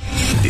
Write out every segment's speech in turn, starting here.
The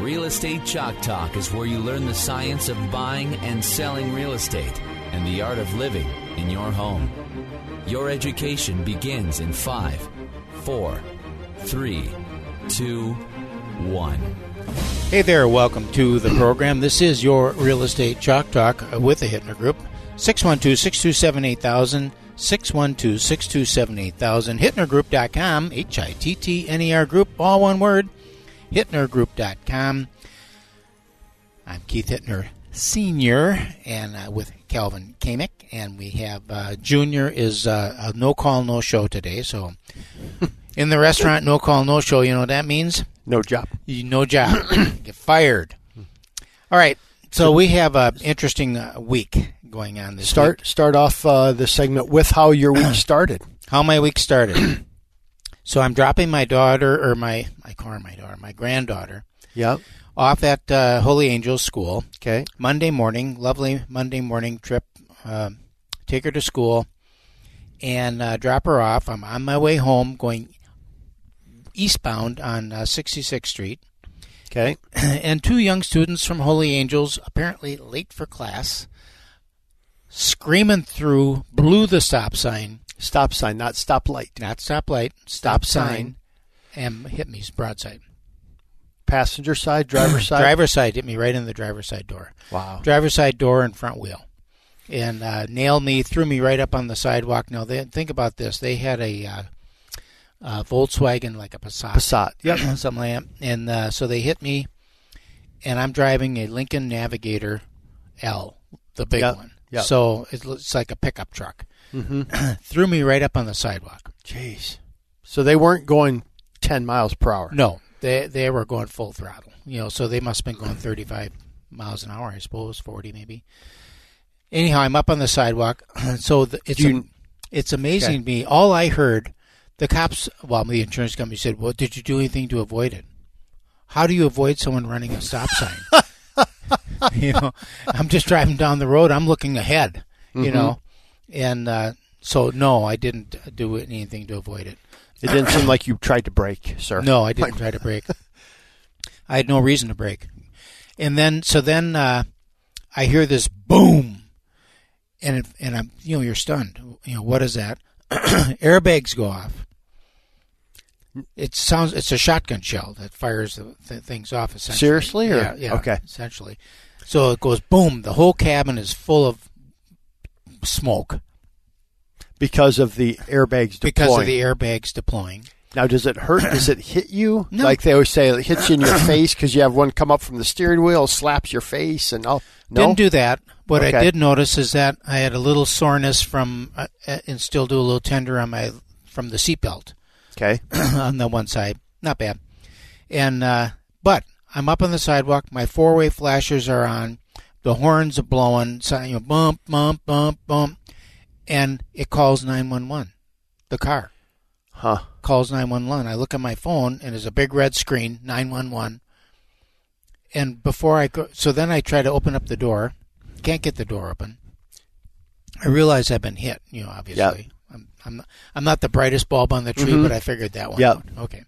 Real Estate Chalk Talk is where you learn the science of buying and selling real estate and the art of living in your home. Your education begins in five, four, three, two, one. Hey there, welcome to the program. This is your Real Estate Chalk Talk with the Hittner Group. 612 627 8000. 612 627 8000. HittnerGroup.com. H I T T N E R Group. All one word. HittnerGroup.com. I'm Keith Hittner Sr. and uh, with Calvin Kamick. And we have uh, Junior is uh, a no call, no show today. So in the restaurant, no call, no show, you know what that means? No job. You no job. Get fired. All right. So we have a interesting uh, week going on this Start week. start off uh, the segment with how your week started. How my week started. so I'm dropping my daughter or my I call her my daughter, my granddaughter Yep. off at uh, Holy Angels School Okay. Monday morning. Lovely Monday morning trip. Uh, take her to school and uh, drop her off. I'm on my way home, going eastbound on uh, 66th Street. Okay. and two young students from Holy Angels, apparently late for class, screaming through, blew the stop sign, Stop sign, not stop light. not stoplight, stop, Stop sign, sign. and hit me broadside. Passenger side, driver side. Driver's side hit me right in the driver's side door. Wow. Driver's side door and front wheel. And uh, nailed me, threw me right up on the sidewalk. Now, they, think about this. They had a uh, uh, Volkswagen, like a Passat. Passat. Yep. something like that. And uh, so they hit me, and I'm driving a Lincoln Navigator L, the big Yeah, one. yeah. So it looks like a pickup truck. Threw me right up on the sidewalk. Jeez. So they weren't going 10 miles per hour. No, they they were going full throttle. You know, so they must have been going 35 miles an hour, I suppose, 40 maybe. Anyhow, I'm up on the sidewalk, so the, it's Do you- am- it's amazing to me. All I heard, the cops, well, the insurance company said, "Well, did you do anything to avoid it? How do you avoid someone running a stop sign?" you know, I'm just driving down the road. I'm looking ahead. Mm-hmm. You know, and uh, so no, I didn't do anything to avoid it. It didn't seem like you tried to brake, sir. No, I didn't try to break. I had no reason to break. And then, so then uh, I hear this boom, and it, and I'm you know you're stunned. You know what is that? Airbags go off. It sounds it's a shotgun shell that fires the th- things off. Essentially, Seriously, or- yeah, yeah, okay. essentially. So it goes boom. The whole cabin is full of smoke Because of the airbags deploying. because of the airbags deploying. now, does it hurt? Does it hit you? No. Like they always say, it hits you in your face because you have one come up from the steering wheel, slaps your face, and all. No. Didn't do that. What I Okay. did notice is that I had a little soreness from, uh, uh, and still do a little tender on my from the seatbelt okay. on the one side. Not bad. And uh, but I'm up on the sidewalk. My four-way flashers are on. The horns are blowing. So, you know, bump, bump, bump, bump, and it calls nine one one. The car Huh. calls 911. I look at my phone and there's a big red screen, 911. And before I go, so then I try to open up the door. Can't get the door open. I realize I've been hit, you know, obviously. I'm, I'm, not, I'm not the brightest bulb on the tree, Mm-hmm. but I figured that one Yeah. out. Okay.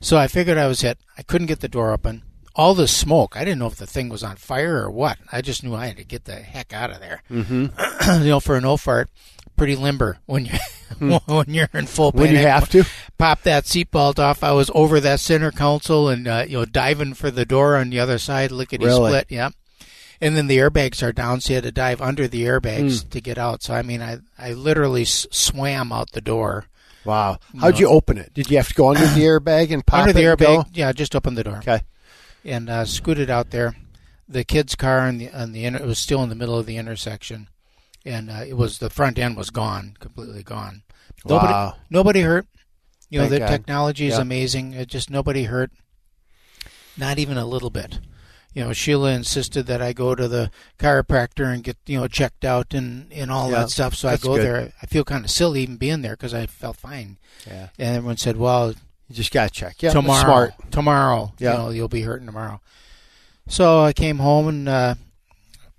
So I figured I was hit. I couldn't get the door open. All the smoke, I didn't know if the thing was on fire or what. I just knew I had to get the heck out of there. Mm-hmm. you know, for an old fart, pretty limber when you when you're in full Hmm. When you panic have to. pop that seatbelt off. I was over that center console and uh, you know diving for the door on the other side, lickety Really? split. Yeah, and then the airbags are down, so you had to dive under the Hmm. airbags to get out. So I mean, I I literally s- swam out the door Wow. How'd you open it? Did you have to go under the airbag and pop under the it and go? airbag. Yeah, just opened the door Okay. and uh, scooted out there. The kid's car on the on the inter- it was still in the middle of the intersection, and uh, it was the front end was gone, completely gone. Nobody, Wow. nobody hurt. You know Thank the God. technology is Yeah. amazing. It just nobody hurt, not even a little bit. You know, Sheila insisted that I go to the chiropractor and get you know checked out and and all Yeah, that stuff. So I that's go good. there. I feel kind of silly even being there because I felt fine. Yeah. And everyone said, "Well, You just got to check. Yeah. that's tomorrow. Smart. Tomorrow. Yeah. You know, you'll be hurting tomorrow. So I came home and uh,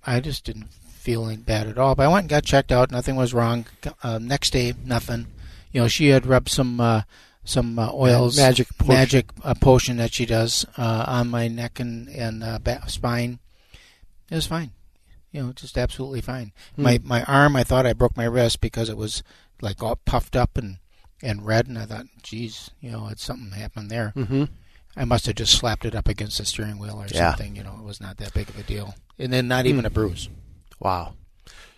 I just didn't feel any bad at all. But I went and got checked out. Nothing was wrong. Uh, next day, nothing. You know, she had rubbed some uh, some uh, oils, magic potion. magic uh, potion that she does uh, on my neck and and uh, back, spine. It was fine. You know, just absolutely fine. Hmm. My my arm, I thought I broke my wrist because it was like all puffed up and and red, and I thought, geez, you know, it's something happened there. Mm-hmm. I must have just slapped it up against the steering wheel or Yeah. Hmm. something. You know, it was not that big of a deal, and then not even a bruise. Wow.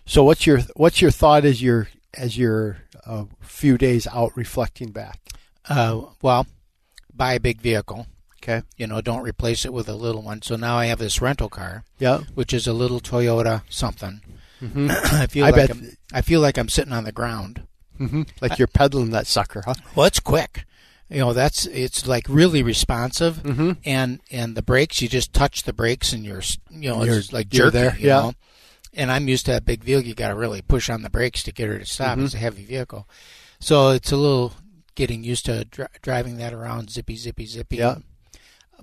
So what's your what's your thought as your as your uh, few days out reflecting back? Uh, well, buy a big vehicle. Okay. You know, don't replace it with a little one. So now I have this rental car, Yeah. which is a little Toyota something. I feel Mm-hmm. I like bet- I'm, I feel like I'm sitting on the ground. Like you're peddling that sucker, huh? Well, it's quick. You know, that's it's like really responsive, Mm-hmm. and and the brakes you just touch the brakes and you're s- you know You're- it's like you're jerky, there, you yeah. know. And I'm used to that big vehicle. You got to really push on the brakes to get her to stop. Mm-hmm. It's a heavy vehicle, so it's a little getting used to dri- driving that around zippy zippy zippy. Yeah.